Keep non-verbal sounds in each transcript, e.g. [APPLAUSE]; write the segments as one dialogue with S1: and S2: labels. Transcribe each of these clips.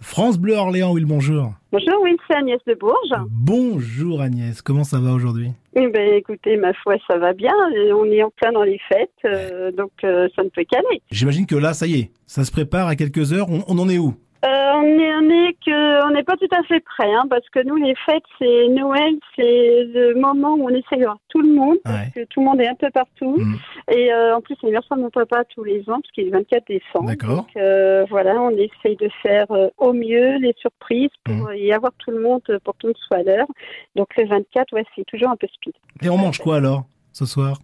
S1: France Bleu Orléans, oui, le bonjour.
S2: Bonjour, oui, c'est Agnès de Bourges.
S1: Bonjour Agnès, comment ça va aujourd'hui
S2: Eh ben, écoutez, ma foi, ça va bien. Et On est en plein dans les fêtes, euh, donc euh, ça ne peut qu'aller.
S1: J'imagine que là, ça y est, ça se prépare à quelques heures, on, on en est où
S2: Euh, on est, on est que, on n'est pas tout à fait prêt, hein, parce que nous, les fêtes, c'est Noël, c'est le moment où on essaie de voir tout le monde,
S1: Ouais.
S2: parce que tout le monde est un peu partout.
S1: Mhm.
S2: Et euh, en plus, c'est l'anniversaire de mon papa tous les ans, parce qu'il est le 24 décembre.
S1: D'accord.
S2: Donc, euh, voilà, on essaye de faire euh, au mieux les surprises pour
S1: Mhm.
S2: euh, y avoir tout le monde, euh, pour que tout le monde soit à l'heure. Donc le 24, ouais, c'est toujours un peu speed.
S1: Et on mange quoi alors ce soir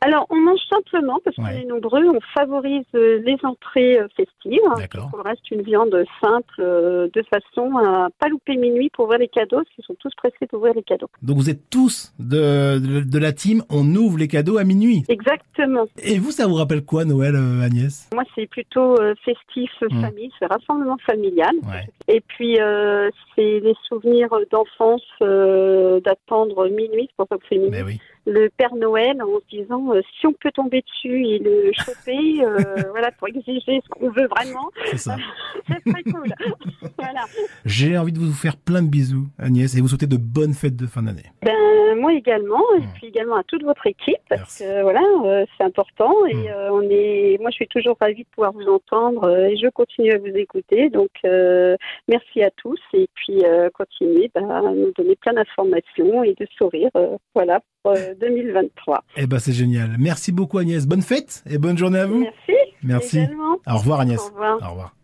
S2: Alors, on mange simplement parce qu'on
S1: Ouais.
S2: est nombreux, on favorise euh, les entrées euh, festives.
S1: D'accord.
S2: On reste une viande simple euh, de façon à pas louper minuit pour ouvrir les cadeaux, parce qu'ils sont tous pressés d'ouvrir les cadeaux.
S1: Donc vous êtes tous de, de, de la team, on ouvre les cadeaux à minuit.
S2: Exactement.
S1: Et vous, ça vous rappelle quoi Noël, euh, Agnès
S2: Moi, c'est plutôt euh, festif, euh,
S1: Mm.
S2: famille, c'est rassemblement familial.
S1: Ouais.
S2: Et puis, euh, c'est les souvenirs d'enfance, euh, d'attendre minuit, c'est pour ça que c'est minuit.
S1: Mais ben oui.
S2: le Père Noël en se disant euh, si on peut tomber dessus et le choper,
S1: [LAUGHS]
S2: euh, voilà, pour exiger ce qu'on veut vraiment,
S1: C'est ça.
S2: c'est très
S1: [LAUGHS]
S2: cool. voilà.
S1: J'ai envie de vous faire plein de bisous, Agnès, et vous souhaiter de bonnes fêtes de fin d'année.
S2: Ben, moi également, et
S1: Mm.
S2: puis également à toute votre équipe, parce
S1: Merci.
S2: que voilà, euh, c'est important.
S1: Mm.
S2: Et euh, on est, moi je suis toujours ravie de pouvoir vous entendre euh, et je continue à vous écouter. Donc euh, merci à tous et puis euh, continuez ben, à nous donner plein d'informations et de sourires, euh, voilà, pour euh, 2023.
S1: Eh ben, c'est génial. Merci beaucoup, Agnès. Bonne fête et bonne journée à vous.
S2: Merci,
S1: Merci.
S2: également.
S1: Au revoir, Agnès.
S2: Au revoir.
S1: Au revoir.